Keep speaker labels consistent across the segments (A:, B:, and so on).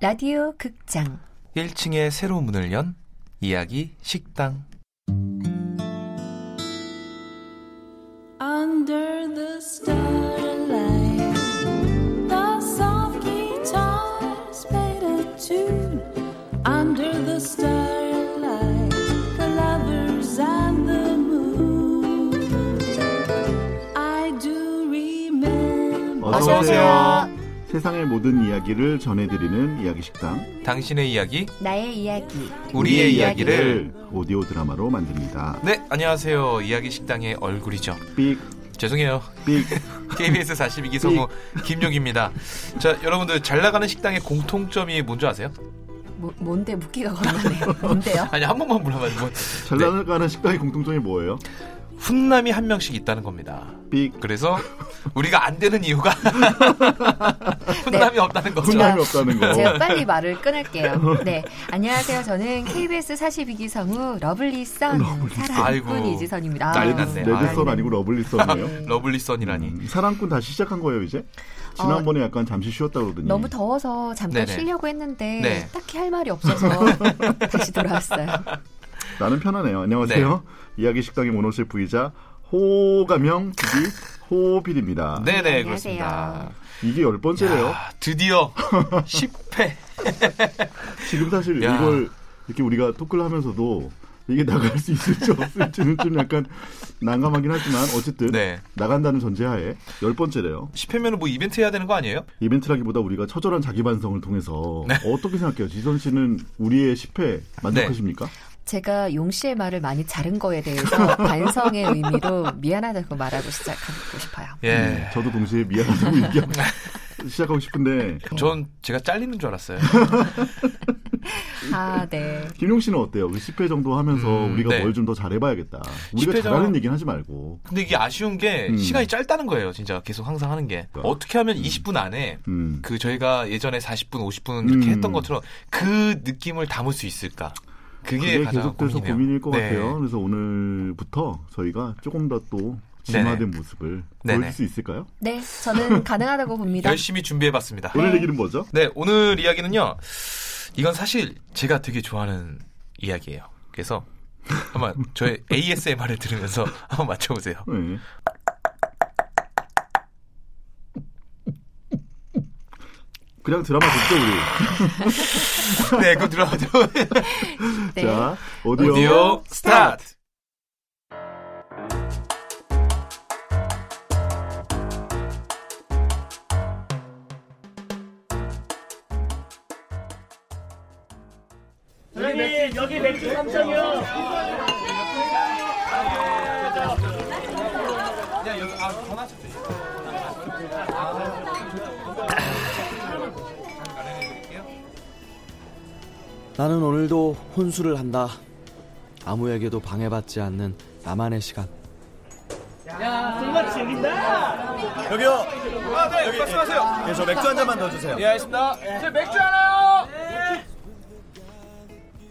A: 라디오 극장
B: 1층에 새로 문을 연 이야기 식당.
C: Under the starlight, the soft guitars played a tune. Under the starlight, the lovers and the moon. I do remember.
D: 어서
A: 오세요.
D: 세상의 모든 이야기를 전해드리는 이야기 식당
B: 당신의 이야기,
A: 나의 이야기
B: 우리의 이야기를.
D: 오디오 드라마로 만듭니다.
B: 네, 안녕하세요. 이야기 식당의 얼굴이죠.
D: 삑,
B: 죄송해요.
D: 삑.
B: KBS 42기 성우 김용기입니다. 자, 여러분들 잘 나가는 식당의 공통점이 뭔지 아세요?
A: 뭐, 뭔데 묻기가 겁나네 뭔데요?
B: 아니, 한 번만 물어봐요. 뭐,
D: 잘 나가는 식당의 공통점이 뭐예요?
B: 네, 훈남이 한 명씩 있다는 겁니다.
D: 삑.
B: 그래서 우리가 안 되는 이유가 훈남이 없다는 거죠.
D: 네. 훈남이 없다는 거.
A: 제가 빨리 말을 끊을게요 네 안녕하세요 저는 KBS 42기 성우 러블리 선
B: 아이고,
A: 사랑꾼 이지선입니다
B: 난리
A: 아,
B: 났네.
A: 네.
D: 레드선 아니고 러블리선이에요?
B: 러블리선이라니. 어,
D: 음, 사랑꾼 다시 시작한 거예요 이제? 지난번에 약간 잠시 쉬었다 그러더니
A: 너무 더워서 잠깐
B: 네네.
A: 쉬려고 했는데
B: 네.
A: 딱히 할 말이 없어서 다시 돌아왔어요
D: 나는 편하네요. 안녕하세요. 이야기 식당의 모노 셰프이자 호가명 PD 호필입니다.
B: 네네,
A: 안녕하세요.
B: 그렇습니다.
D: 이게 열 번째래요.
B: 야, 드디어 10회.
D: 지금 사실
B: 야.
D: 이걸 이렇게 우리가 토크를 하면서도 이게 나갈 수 있을지 없을지는 좀 약간 난감하긴 하지만 어쨌든
B: 네.
D: 나간다는 전제하에 열 번째래요.
B: 10회면 뭐 이벤트 해야 되는 거 아니에요?
D: 이벤트라기보다 우리가 처절한 자기 반성을 통해서
B: 네.
D: 어떻게 생각해요? 지선 씨는 우리의 10회 만족하십니까?
A: 제가 용 씨의 말을 많이 자른 거에 대해서 반성의 의미로 미안하다고 말하고 시작하고 싶어요
B: 예.
D: 음, 저도 동시에 미안하다고 얘기하고 시작하고 싶은데
B: 전 제가 잘리는 줄 알았어요.
A: 아네
D: 김용 씨는 어때요? 그 10회 정도 하면서
B: 음,
D: 우리가
B: 네.
D: 뭘 좀 더 잘해봐야겠다. 우리가
B: 10회 정도-
D: 잘하는 얘기는 하지 말고.
B: 근데 이게 아쉬운 게
D: 음.
B: 시간이 짧다는 거예요. 진짜 계속 항상 하는 게.
D: 그러니까.
B: 어떻게 하면 20분 안에
D: 음.
B: 그 저희가 예전에 40분, 50분 이렇게
D: 음.
B: 했던 것처럼 그 느낌을 담을 수 있을까? 그게,
D: 그게
B: 가장
D: 계속돼서
B: 고민이네요.
D: 고민일 것
B: 네.
D: 같아요. 그래서 오늘부터 저희가 조금 더 또 진화된 모습을
B: 네네.
D: 보여줄 수 있을까요?
A: 네, 저는 가능하다고 봅니다.
B: 열심히 준비해봤습니다.
D: 오늘 얘기는 뭐죠?
B: 네, 오늘 이야기는요. 이건 사실 제가 되게 좋아하는 이야기예요. 그래서 한번 저의 ASMR을 들으면서 한번 맞춰보세요.
D: 네. 그냥 드라마 듣죠 우리.
B: 네, 그거 들어가죠.
A: 네.
D: 자 오디오.
B: 오디오 스타트!
E: 선생님 여기 맥주 3장이요
F: 나는 오늘도 혼술을 한다. 아무에게도 방해받지 않는 나만의 시간.
E: 정말 즐긴다
G: 여기요. 여기 아, 네, 말씀하세요. 예, 저 맥주 한 잔만 더 주세요.
F: 네.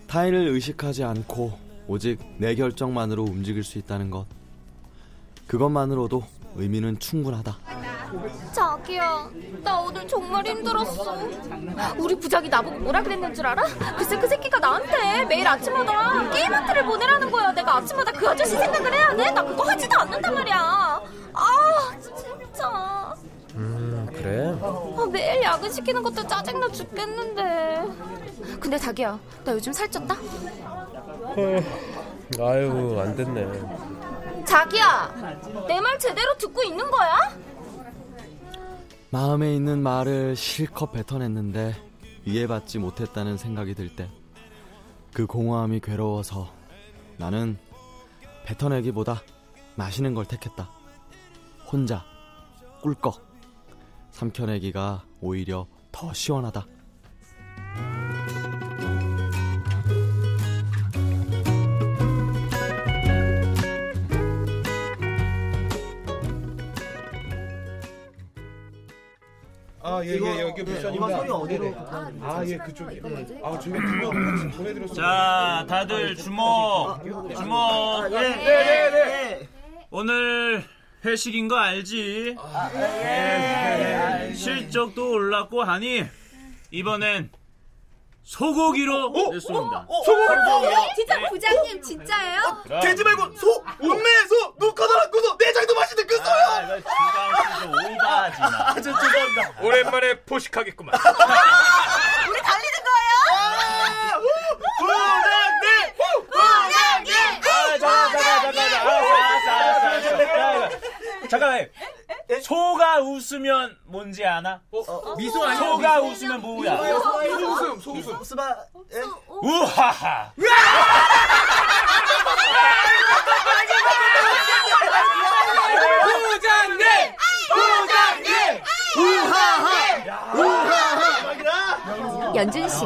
F: 타인을 의식하지 않고 오직 내 결정만으로 움직일 수 있다는 것. 그것만으로도 의미는 충분하다.
H: 자기야, 나 오늘 정말 힘들었어. 우리 부작이 나보고 뭐라 그랬는 줄 알아? 글쎄 그 새끼가 나한테 매일 아침마다 게임한테를 보내라는 거야. 내가 아침마다 그 아저씨 생각을 해야 돼? 나 그거 하지도 않는단 말이야. 아, 진짜.
G: 음, 그래?
H: 아, 매일 야근 시키는 것도 짜증나 죽겠는데. 근데 자기야, 나 요즘 살쪘다?
G: 어, 아유 안 됐네.
H: 자기야, 내 말 제대로 듣고 있는 거야?
F: 마음에 있는 말을 실컷 뱉어냈는데 이해받지 못했다는 생각이 들 때 그 공허함이 괴로워서 나는 뱉어내기보다 마시는 걸 택했다. 혼자 꿀꺽 삼켜내기가 오히려 더 시원하다.
I: 아, 예, 예, 여기 미션입니다. 소리 어디로? 아, 예, 그쪽이요. 아, 저희 두명 보내드렸어요.
E: 자 다들 어, 주목 주목 예, 오늘 회식인 거 알지? 실적도 올랐고 하니 이번엔 소고기로 냈습니다.
H: 소고기? 진짜 부장님 진짜예요?
G: 돼지 말고 소! 음내에서 눈꺼다 안고서 내장도 맛있는 그
E: 아, 이거 진짜 오바하지 마.
G: 아, 저 죄송합니다.
B: 오랜만에 포식하겠구만.
H: 우리 달리는 거예요?
G: 부장님!
H: 부장님!
I: 아, 잠깐, 잠깐, 잠깐. 아, 알았어, 알았어, 알았어. 야, 야. 잠깐만. 소가 웃으면 뭔지 아나?
G: 미소
E: 소가 웃으면 뭐야?
I: 소웃음, 소웃음.
G: 수바
E: 우하하.
G: 부장님! 부장님! 우하하! 우하하!
A: 연준 씨,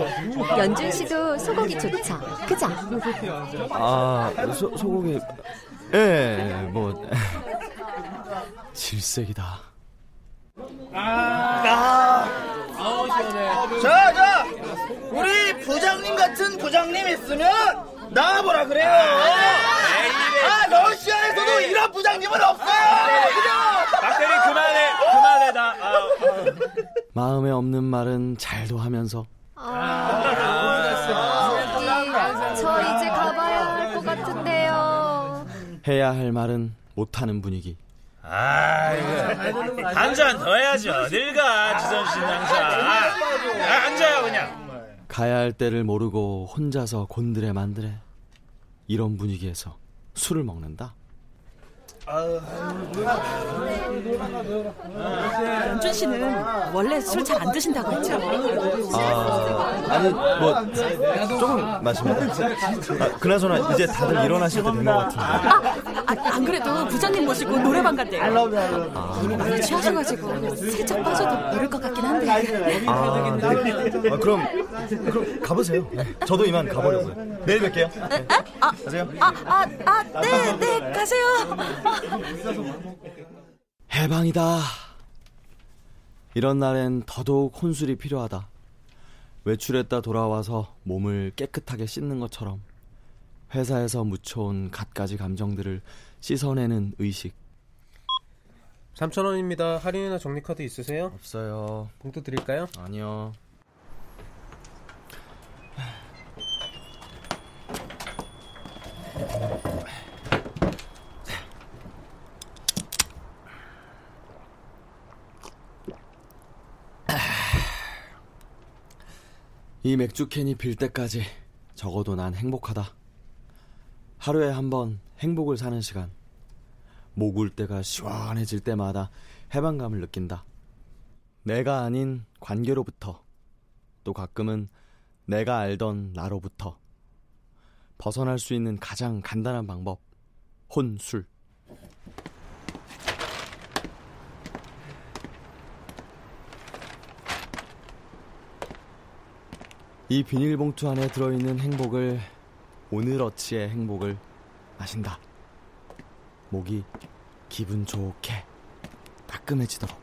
A: 연준 씨도 소고기 좋죠. 그죠?
F: 아, 소, 소고기. 예, 뭐. 질색이다.
G: 자, 자! 우리 부장님 같은 부장님 있으면 나와보라 그래요!
E: 네,
G: 아, 러시아에서도 이런 부장님은 없어요! 그죠?
E: 아, 네. 박대리 그만해, 그만해다. 아,
F: 마음에 없는 말은 잘도 하면서
H: 네, 저 이제 가봐야 할 것 같은데요.
F: 해야 할 말은 못하는 분위기.
E: 한 잔 더 해야죠. 늙어, 지선 씨는 항상. 아, 앉아요, 그냥.
F: 가야 할 때를 모르고 혼자서 곤드레 만드레. 이런 분위기에서 술을 먹는다.
J: 연준 씨는 원래 술 잘 안 드신다고 했죠?
F: 아니 뭐 조금 마십니다. 아, 그나저나 이제 다들 일어나실 때 된 것 같은데.
J: 아, 안 그래도 부장님 모시고 노래방 간대요. 아, 이미 많이 취하셔가지고 살짝 빠져도 모를 것 같긴 한데.
F: 아, 네. 아, 그럼 그럼 가보세요. 네, 저도 이만 가보려고요. 내일 뵐게요. 네. 가세요.
J: 아, 아, 아, 네, 네, 가세요.
F: 해방이다. 이런 날엔 더더욱 혼술이 필요하다. 외출했다 돌아와서 몸을 깨끗하게 씻는 것처럼 회사에서 묻혀온 갖가지 감정들을 씻어내는 의식.
I: 3,000원입니다. 할인이나 적립카드 있으세요?
F: 없어요.
I: 봉투 드릴까요?
F: 아니요. 이 맥주 캔이 빌 때까지 적어도 난 행복하다. 하루에 한 번 행복을 사는 시간. 목울 때가 시원해질 때마다 해방감을 느낀다. 내가 아닌 관계로부터 또 가끔은 내가 알던 나로부터 벗어날 수 있는 가장 간단한 방법 혼술 이 비닐봉투 안에 들어있는 행복을 오늘어치의 행복을 마신다 목이 기분 좋게 따끔해지도록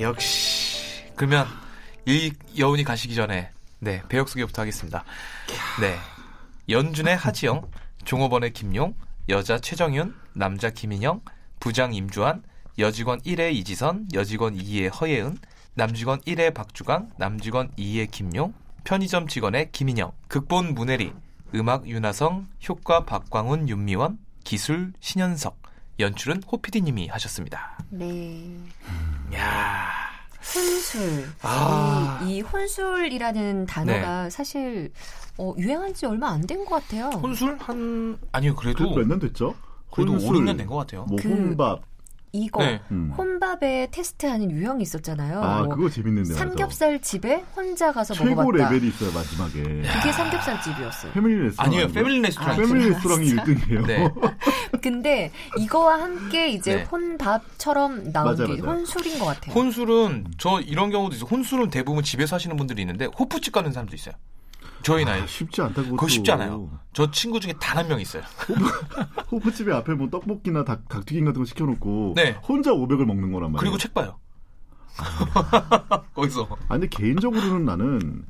B: 역시. 그러면 이 여운이 가시기 전에 네 배역 소개부터 하겠습니다. 네 연준의 하지영, 종업원의 김용, 여자 최정윤, 남자 김인영, 부장 임주환, 여직원 1의 이지선, 여직원 2의 허예은, 남직원 1의 박주강, 남직원 2의 김용, 편의점 직원의 김인영, 극본 문혜리, 음악 윤하성, 효과 박광훈, 윤미원, 기술 신현석, 연출은 호피디님이 하셨습니다.
A: 네.
B: 야.
A: 혼술.
B: 아.
A: 이, 이 혼술이라는 단어가
D: 네.
A: 사실 어, 유행한 지 얼마 안 된 것 같아요.
B: 혼술 한 아니요 그래도
D: 그래도 몇 년 됐죠?
B: 그래도
D: 혼술,
B: 5, 6년 된 것 같아요.
D: 뭐
A: 그-
D: 혼밥.
A: 이거
B: 네.
D: 음.
A: 혼밥에 테스트하는 유형이 있었잖아요.
D: 아
A: 뭐
D: 그거 재밌는데 맞아.
A: 삼겹살 집에 혼자 가서
D: 최고
A: 먹어봤다.
D: 레벨이 있어요 마지막에.
A: 그게 삼겹살 집이었어요.
D: 패밀리 레스토랑.
B: 네. 아니요
D: 아니에요?
B: 패밀리 레스토랑.
D: 패밀리 레스토랑이 1등이에요.
B: 네.
A: 근데 이거와 함께 이제
B: 네.
A: 혼밥처럼 나온
D: 맞아,
A: 게
D: 맞아.
A: 혼술인 것 같아요.
B: 혼술은 저 이런 경우도 있어요. 혼술은 대부분 집에서 하시는 분들이 있는데 호프집 가는 사람도 있어요. 저희 나이
D: 아, 쉽지 않다고.
B: 그거 쉽지 않아요. 저 친구 중에 단 한 명 있어요.
D: 호프집에 앞에 뭐 떡볶이나 닭, 튀김 같은 거 시켜놓고
B: 네.
D: 혼자 500을 먹는 거란 말이에요.
B: 그리고 책 봐요. 거기서.
D: 아 근데 개인적으로는 나는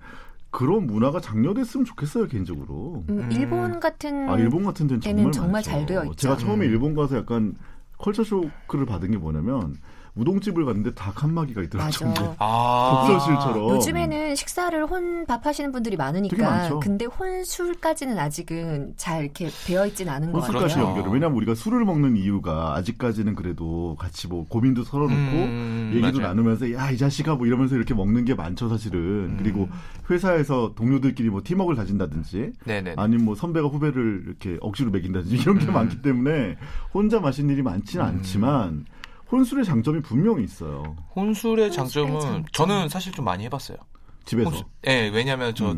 D: 그런 문화가 장려됐으면 좋겠어요 개인적으로.
A: 음, 일본 같은
D: 아 일본 같은 데는 정말
A: 데는 음, 정말
D: 많죠.
A: 잘 되어 있죠.
D: 제가 처음에 일본 가서 약간 컬처 쇼크를 받은 게 뭐냐면 우동집을 갔는데 다 칸막이가 있더라고요.
A: 맞아.
D: 전부.
B: 아.
D: 독서실처럼.
A: 요즘에는 식사를 혼밥 하시는 분들이
D: 어. 되게
A: 많으니까
D: 많죠.
A: 근데 혼술까지는 아직은 잘 이렇게 되어 있진 않은 것 같아요.
D: 혼술까지 연결을. 왜냐하면 우리가 술을 먹는 이유가 아직까지는 그래도 같이 뭐 고민도 털어놓고
B: 음,
D: 얘기도
B: 맞아요.
D: 나누면서 야 이 자식아 뭐 이러면서 이렇게 먹는 게 많죠 사실은.
B: 음.
D: 그리고 회사에서 동료들끼리 뭐 팀워크를 다진다든지
B: 네네. 음.
D: 아니면 뭐 선배가 후배를 이렇게 억지로 매긴다든지 이런 게 많기 때문에 혼자 마시는 일이 많지는 않지만 혼술의 장점이 분명히 있어요.
B: 혼술의 장점은 저는 사실 좀 많이 해봤어요.
D: 집에서.
B: 혼술- 예, 왜냐하면 저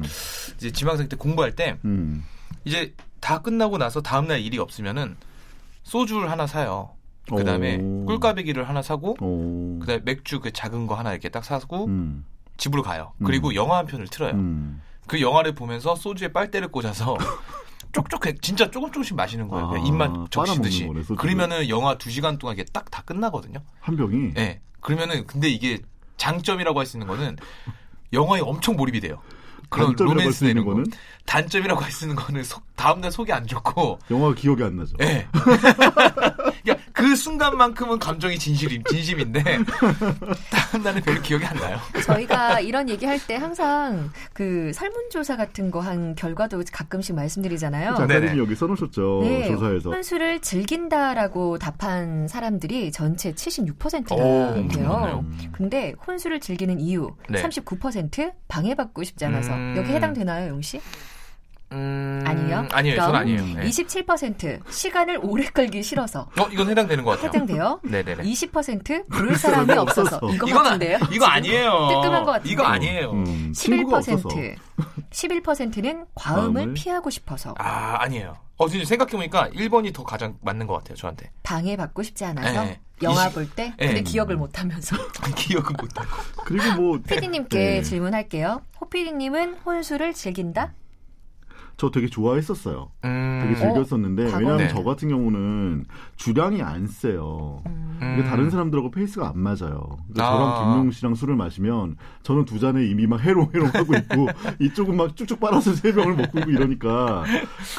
B: 이제 지방생 때 공부할 때
D: 음.
B: 이제 다 끝나고 나서 다음 날 일이 없으면은 소주를 하나 사요. 그다음에
D: 오.
B: 꿀까베기를 하나 사고
D: 오.
B: 그다음에 맥주 그 작은 거 하나 이렇게 딱 사고
D: 음.
B: 집으로 가요. 그리고 영화 한 편을 틀어요.
D: 음.
B: 그 영화를 보면서 소주에 빨대를 꽂아서 쪽쪽해 진짜 조금 조금씩 마시는 거예요. 그냥
D: 아,
B: 입만 적시듯이.
D: 빨아먹는 거네, 소주를.
B: 그러면은 영화 2시간 동안 이게 딱 다 끝나거든요.
D: 한 병이.
B: 예. 그러면은 근데 이게 장점이라고 할 수 있는 거는 영화에 엄청 몰입이 돼요. 그런
D: 단점이라고 할수
B: 로맨스나
D: 있는
B: 이런 거.
D: 거는?
B: 단점이라고 할 수 있는 거는 속, 다음날 속이 안 좋고
D: 영화가 기억이 안 나죠.
B: 예. 그러니까 그 순간만큼은 감정이 진실임 진심인데 다음날은 별로 기억이 안 나요.
A: 저희가 이런 얘기할 때 항상 그 설문조사 같은 거 한 결과도 가끔씩 말씀드리잖아요.
D: 작가님이
B: 네네.
D: 여기 써놓으셨죠
A: 네,
D: 그렇죠. 어, 조사에서.
A: 혼술을 즐긴다라고 답한 사람들이 전체
B: 오,
A: 76%나
B: 엄청
A: 돼요.
B: 많네요.
A: 근데 혼술을 즐기는 이유
B: 네.
A: 39% 방해받고 싶지 않아서
B: 음.
A: 여기 해당되나요, 용 씨?
B: 음,
A: 아니요.
B: 아니에요. 전
A: 그럼
B: 아니에요. 네.
A: 27% 시간을 오래 끌기 싫어서
B: 어, 이건 해당되는 것 같아요.
A: 해당돼요.
B: 네네네.
A: 20% 부를 사람이 없어서 이거
B: 이건
A: 같은데요?
B: 아, 이거 아니에요.
A: 뜨끔한 것 같은데.
B: 이거 아니에요.
D: 음, 친구가 없어서.
A: 11% 11%는 과음을
D: 과음을?
A: 피하고 싶어서
B: 아, 아니에요. 어, 지금 생각해보니까 1번이 더 가장 맞는 것 같아요, 저한테.
A: 방해받고 싶지 않아서
B: 네.
A: 영화
B: 이십-
A: 볼 때
B: 네.
A: 근데 기억을 못 하면서
B: 기억은 못하고.
D: 그리고 뭐
A: PD님께
D: 네.
A: 질문할게요. 호PD님은 혼술을 즐긴다?
D: 저 되게 좋아했었어요.
B: 음,
D: 되게 즐겼었는데
A: 과거네.
D: 왜냐하면 저 같은 경우는 주량이 안 세요.
A: 음.
B: 음.
D: 이게 다른 사람들하고 페이스가 안 맞아요. 그러니까
B: 아.
D: 저랑 김용 씨랑 술을 마시면 저는 두 잔에 이미 막 해롱해롱 하고 있고 이쪽은 막 쭉쭉 빨아서 세 병을 먹고 있고 이러니까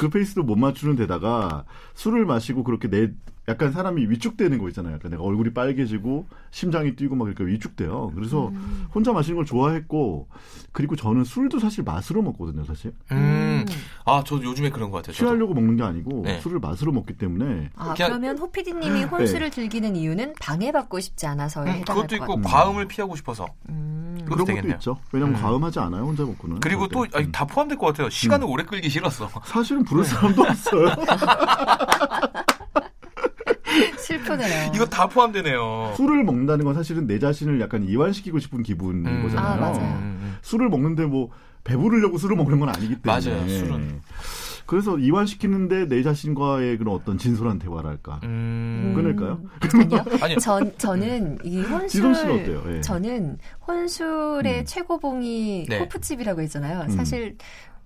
D: 그 페이스도 못 맞추는 데다가 술을 마시고 그렇게 내 약간 사람이 위축되는 거 있잖아요. 약간 내가 얼굴이 빨개지고 심장이 뛰고 막 이렇게 위축돼요. 그래서 혼자 마시는 걸 좋아했고 그리고 저는 술도 사실 맛으로 먹거든요, 사실.
B: 음. 아, 저도 요즘에 그런 것 같아요. 저도.
D: 취하려고 먹는 게 아니고
B: 네. 음.
D: 술을 맛으로 먹기 때문에
A: 아,
B: 그냥-
A: 그러면 호PD님이 혼술을 즐기는 이유는 방해받고 싶지 않아서에
B: 음,
A: 해당할
B: 그것도
A: 것 같아요.
B: 있고,
A: 음.
B: 과음을 피하고 싶어서. 그것도
D: 그런 것도
B: 되겠네요.
D: 있죠. 왜냐면 과음하지 않아요 혼자 먹고는. 음.
B: 그리고 또,
D: 그럴 때.
B: 아니, 다 포함될 것 같아요. 시간을
D: 음.
B: 오래 끌기 싫었어.
D: 사실은
B: 네.
D: 부를 사람도 없어요.
A: 슬프네요.
B: 이거 다 포함되네요.
D: 술을 먹는다는 건 사실은 내 자신을 약간 이완시키고 싶은 기분인
B: 음.
D: 거잖아요.
A: 아, 맞아요.
B: 음,
D: 술을 먹는데 뭐 배부르려고 술을 먹는 건 아니기 때문에.
B: 맞아요, 술은.
D: 그래서 이완시키는데 내 자신과의 그런 어떤 진솔한 대화랄까.
B: 음.
D: 끊을까요?
A: 아니요.
B: 아니요.
A: 전 저는 이
D: 지성 씨는
A: 혼술
D: 어때요? 예.
A: 저는 혼술의
D: 음.
A: 최고봉이
B: 네.
A: 호프집이라고 했잖아요. 사실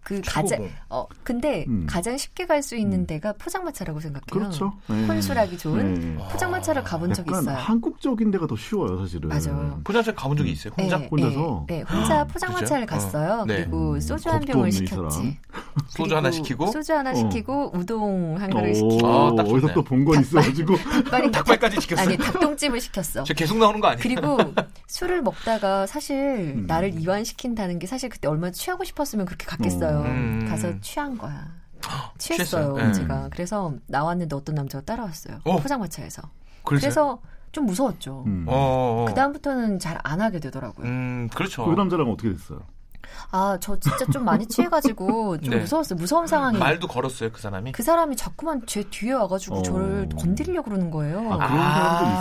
A: 그 가장
B: 최고봉.
A: 어 근데
D: 음.
A: 가장 쉽게 갈 수 있는 데가 포장마차라고 생각해요.
D: 그렇죠. 네.
A: 혼술하기 좋은
D: 네.
A: 포장마차를 가본 적이
D: 약간
A: 있어요.
D: 한국적인 데가 더 쉬워요 사실은.
A: 맞아요.
B: 포장실 가본 적이 있어요, 혼자?
A: 예,
D: 혼자서? 아,
A: 예, 예, 혼자 포장마차를
B: 그죠?
A: 갔어요.
B: 어. 네.
A: 그리고
D: 음,
A: 소주 한
D: 겁도
A: 병을
D: 없는 이
A: 시켰지.
B: 소주
A: 그리고
B: 하나 시키고,
A: 소주 하나
D: 어.
A: 시키고 우동 한 그릇 시키고
B: 아,
D: 오,
B: 딱
D: 어, 어디서
B: 좋네.
D: 또 본 건 있어가지고
A: 빨리
B: 음. 닭발까지 시켰어요.
A: 아니 닭똥집을 시켰어.
B: 저 계속 나오는 거 아니에요?
A: 그리고 술을 먹다가 사실
B: 음.
A: 나를 이완시킨다는 게 사실 그때 얼마나 취하고 싶었으면 그렇게 갔겠어요.
B: 음.
A: 가서 취한 거야. 취했어요,
B: 취했어요. 네.
A: 제가. 그래서 나왔는데 어떤 남자가 따라왔어요.
B: 어.
A: 포장마차에서.
B: 그래서요?
A: 그래서 좀 무서웠죠.
D: 음.
B: 어, 어.
A: 그다음부터는 잘 안 하게 되더라고요.
B: 음, 그렇죠.
D: 그 남자랑 어떻게 됐어요?
A: 아, 저 진짜 좀 많이 취해가지고 좀
B: 네.
A: 무서웠어요. 무서운 상황이.
B: 말도 걸었어요, 그 사람이.
A: 음. 그 사람이 자꾸만 제 뒤에 와가지고
D: 어.
A: 저를 건드리려고 그러는 거예요.
D: 아, 그런
B: 아,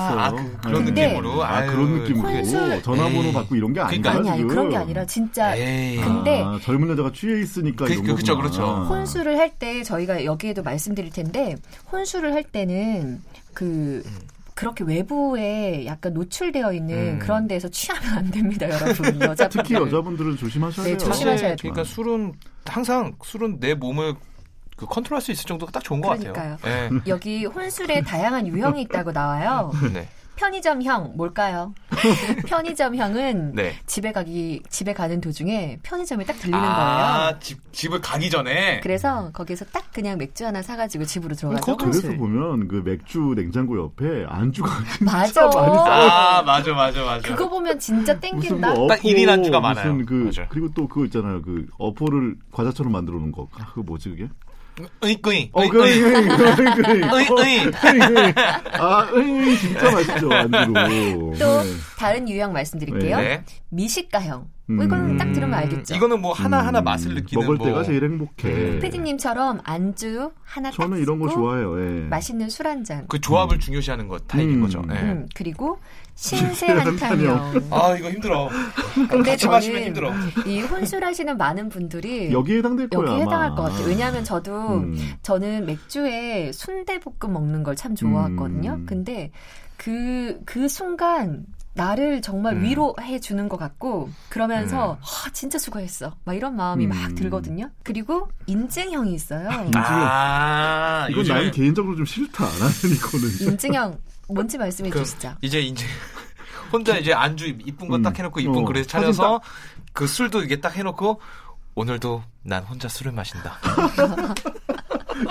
D: 사람도 있어요.
B: 그- 그런
D: 네.
B: 느낌으로?
D: 아,
B: 아유,
D: 그런 느낌으로.
A: 혼술-
D: 전화번호
B: 에이.
D: 받고 이런 게 아니라.
B: 그러니까
A: 아니, 아니, 그런 게 아니라
B: 예.
A: 진짜.
B: 에이.
A: 근데
D: 아, 젊은 여자가 취해 있으니까
B: 그-
D: 이런
B: 그- 그쵸,
D: 거구나.
B: 그렇죠.
A: 혼술을 할 때 저희가 여기에도 말씀드릴 텐데 혼술을 할 때는 그 그렇게 외부에 약간 노출되어 있는
B: 음.
A: 그런 데서 취하면 안 됩니다, 여러분. 여자
D: 특히 여자분들은 조심하셔야
A: 네,
D: 돼요.
A: 조심하셔야 돼요.
B: 그러니까 술은 항상 술은 내 몸을 그 컨트롤할 수 있을 정도가 딱 좋은 것 같아요.
D: 음.
A: 그러니까요.
B: 예.
A: 여기 혼술에 다양한 유형이 있다고 나와요.
B: 네.
A: 편의점형 뭘까요? 편의점형은
B: 네.
A: 집에 가기 집에 가는 도중에 편의점에 딱 들리는 거예요.
B: 아, 집, 집을 가기 전에.
A: 그래서 거기서 딱 그냥 맥주 하나 사가지고 집으로 들어가서
D: 그래서
A: 혼술.
D: 보면 그 맥주 냉장고 옆에 안주가
A: 맞아.
B: 아, 맞아, 맞아, 맞아.
A: 그 어. 그거 보면 진짜 땡긴다.
D: 뭐
B: 딱 일인 안주가
D: 무슨
B: 많아요.
D: 그, 그리고 또 그거 있잖아요. 그 어포를 과자처럼 만들어 놓은 거. 아, 그거 뭐지 그게?
B: 으이끄이.
D: 어, 그,
B: 으이끄이.
D: 으이, 으이, 으이,
B: 으이끄이.
D: 으이. 아, 으이, 진짜 맛있죠, 안주로.
A: 또
D: 네.
A: 다른 유형 말씀드릴게요.
B: 네.
A: 미식가형.
D: 음.
A: 뭐 이거는 딱 들으면 알겠죠. 네.
B: 이거는 뭐 하나하나 맛을 느끼는 음.
D: 먹을
B: 뭐.
D: 때가 제일 행복해.
A: 피디님처럼 안주 하나 딱
D: 저는 이런 거
A: 쓰고
D: 좋아해요. 예.
A: 맛있는 술 한 잔.
B: 그 조합을 중요시하는 것 타입인
D: 음.
B: 거죠. 예.
A: 음, 그리고 신세 한탄형.
B: 아, 이거 힘들어.
A: 근데
B: 같이 마시면
A: 저는
B: 힘들어.
A: 이 혼술하시는 많은 분들이
D: 여기에 해당될 거예요.
A: 여기에
D: 아마.
A: 해당할 것 같아요. 왜냐하면 저도
D: 음.
A: 저는 맥주에 순대볶음 먹는 걸 참 좋아하거든요.
D: 음.
A: 근데 그, 그 순간 나를 정말
B: 음.
A: 위로해 주는 것 같고 그러면서 아, 진짜 수고했어. 막 이런 마음이 막
D: 음.
A: 들거든요. 그리고 인증형이 있어요.
B: 아,
D: 이건
B: 요즘에
D: 난 개인적으로 좀 싫다. 나는 이거는.
A: 인증형 뭔지 말씀해
B: 그
A: 주시죠.
B: 이제 이제 혼자 이제 안주 이쁜 거
D: 음.
B: 딱 해놓고 이쁜
D: 어,
B: 그릇
D: 사진
B: 차려서 그 술도 이게 딱 해놓고 오늘도 난 혼자 술을 마신다.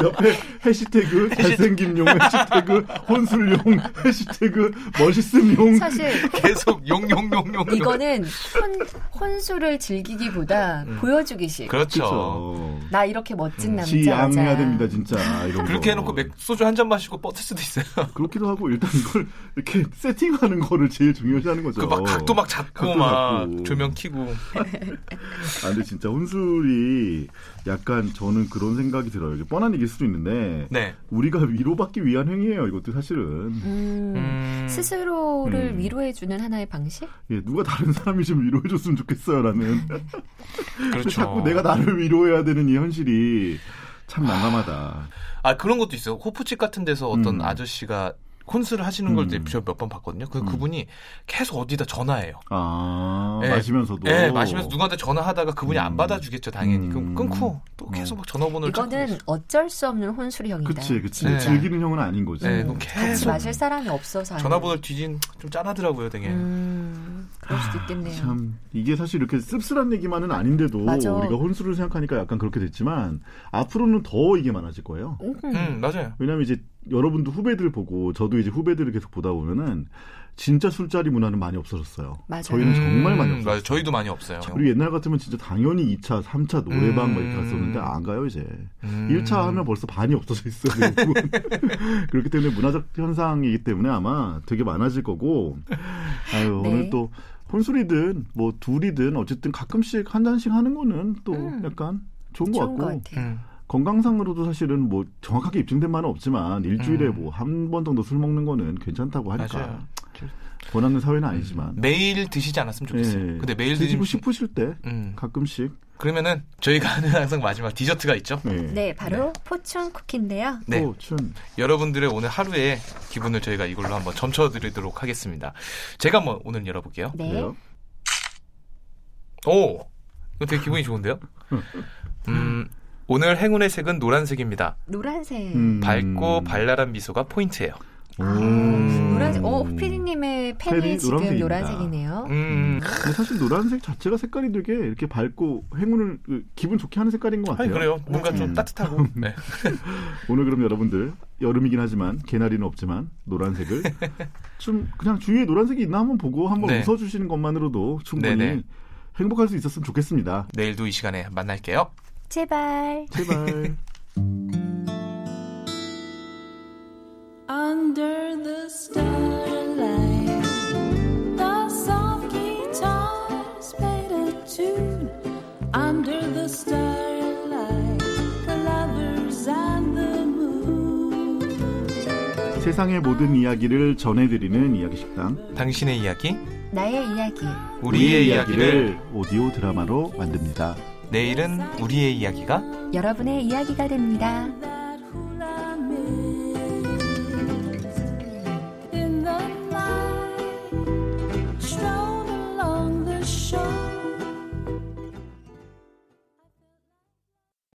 D: 옆에 해시태그 잘생김용 해시태그 혼술용 해시태그 멋있음용
A: 사실
B: 계속 용용용용.
A: 이거는 혼, 혼술을 즐기기보다
D: 음.
A: 보여주기식.
B: 그렇죠.
D: 그렇죠.
A: 나 이렇게 멋진 남자.
D: 지양해야 됩니다 진짜 이런
B: 그렇게
D: 거.
B: 해놓고 맥, 소주 한 잔 마시고 뻗을 수도 있어요.
D: 그렇기도 하고 일단 이걸 이렇게 세팅하는 거를 제일 중요시하는 거죠.
B: 그 막 각도 막 잡고
D: 각도
B: 막
D: 잡고.
B: 조명 켜고.
D: 아, 근데 진짜 혼술이 약간 저는 그런 생각이 들어요. 이게 뻔한 얘기일 수도 있는데
B: 네.
D: 우리가 위로받기 위한 행위예요. 이것도 사실은
A: 음,
B: 음.
A: 스스로를
D: 음.
A: 위로해주는 하나의 방식?
D: 예, 누가 다른 사람이 좀 위로해줬으면 좋겠어요라는
B: 그렇죠.
D: 자꾸 내가 나를 위로해야 되는 이 현실이 참 난감하다.
B: 아 그런 것도 있어요. 호프집 같은 데서 어떤
D: 음.
B: 아저씨가 혼술을 하시는 걸
D: 음.
B: 제가 몇 번 봤거든요. 그 그분이 계속 어디다 전화해요.
D: 아
B: 예.
D: 마시면서도
B: 예, 마시면서 누구한테 전화하다가 그분이 안
D: 음.
B: 받아주겠죠, 당연히. 그럼
D: 음.
B: 끊고 또 계속 막 전화번호를
A: 이거는 어쩔 수 없는 혼술형이다.
D: 그치 그치
B: 네.
D: 즐기는 형은 아닌 거지.
B: 네, 그럼
A: 같이
B: 계속
A: 마실 사람이 없어서. 하는.
B: 전화번호를 뒤진 좀 짠하더라고요, 되게.
A: 음, 그럴 수도 있겠네요.
D: 참 이게 사실 이렇게 씁쓸한 얘기만은 아닌데도
A: 맞아.
D: 우리가 혼술을 생각하니까 약간 그렇게 됐지만 앞으로는 더 이게 많아질 거예요.
A: 음,
B: 음, 맞아요.
D: 왜냐면 이제 여러분도 후배들 보고 저도 이제 후배들을 계속 보다 보면은 진짜 술자리 문화는 많이 없어졌어요.
A: 맞아요.
D: 저희는 정말 많이
B: 음,
D: 없어요.
B: 맞아요. 저희도 많이 없어요.
D: 그리고 옛날 같으면 진짜 당연히 2차, 3차 노래방 막
B: 음.
D: 이렇게 갔었는데 안 가요 이제.
B: 음.
D: 1차 하면 벌써 반이 없어져 있어요. 대부분. 그렇기 때문에 문화적 현상이기 때문에 아마 되게 많아질 거고. 아유
A: 네.
D: 오늘 또 혼술이든 뭐 둘이든 어쨌든 가끔씩 한 잔씩 하는 거는 또
A: 음.
D: 약간 좋은 것
A: 좋은
D: 같고
A: 것 같아요.
B: 음.
D: 건강상으로도 사실은 뭐 정확하게 입증된 바는 없지만 일주일에
B: 음.
D: 뭐 한 번 정도 술 먹는 거는 괜찮다고 하니까
B: 맞아요.
D: 권하는 사회는 아니지만
B: 매일 드시지 않았으면 좋겠어요.
D: 예,
B: 근데 매일
D: 드시고
B: 드시고 싶.
D: 싶으실 때
B: 음.
D: 가끔씩
B: 그러면은 저희가 하는 항상 마지막 디저트가 있죠.
D: 예.
A: 네, 바로 포춘 쿠키인데요.
B: 네.
D: 또 춘.
B: 여러분들의 오늘 하루의 기분을 저희가 이걸로 한번 점쳐드리도록 하겠습니다. 제가 한번 오늘 열어볼게요.
A: 네.
D: 그래요?
B: 오! 이거 되게 기분이 좋은데요? 음, 오늘 행운의 색은 노란색입니다.
A: 노란색.
D: 음.
B: 밝고 발랄한 미소가 포인트예요.
D: 음.
A: 아, 노란색. 어, 오, 피디님의 펜이
D: 펜이
A: 지금
D: 노란색입니다.
A: 노란색이네요.
B: 음.
D: 근데 사실 노란색 자체가 색깔이 되게 이렇게 밝고 행운을 그, 기분 좋게 하는 색깔인 것 같아요.
B: 아니, 그래요. 뭔가 좀
D: 음.
B: 따뜻하고. 네.
D: 오늘 그럼 여러분들 여름이긴 하지만 개나리는 없지만 노란색을 좀 그냥 주위에 노란색이 있나 한번 보고 한번
B: 네.
D: 웃어주시는 것만으로도 충분히
B: 네네.
D: 행복할 수 있었으면 좋겠습니다.
B: 내일도 이 시간에 만날게요.
A: 제발.
D: 제발.
C: Under the starlight, the soft guitars played a tune. Under the starlight, the lovers and the moon.
D: 세상의 모든 이야기를 전해드리는 이야기 식당.
B: 당신의 이야기,
A: 나의 이야기.
B: 우리의 이야기를
D: 오디오 드라마로 만듭니다.
B: 내일은 우리의 이야기가
A: 여러분의 이야기가 됩니다.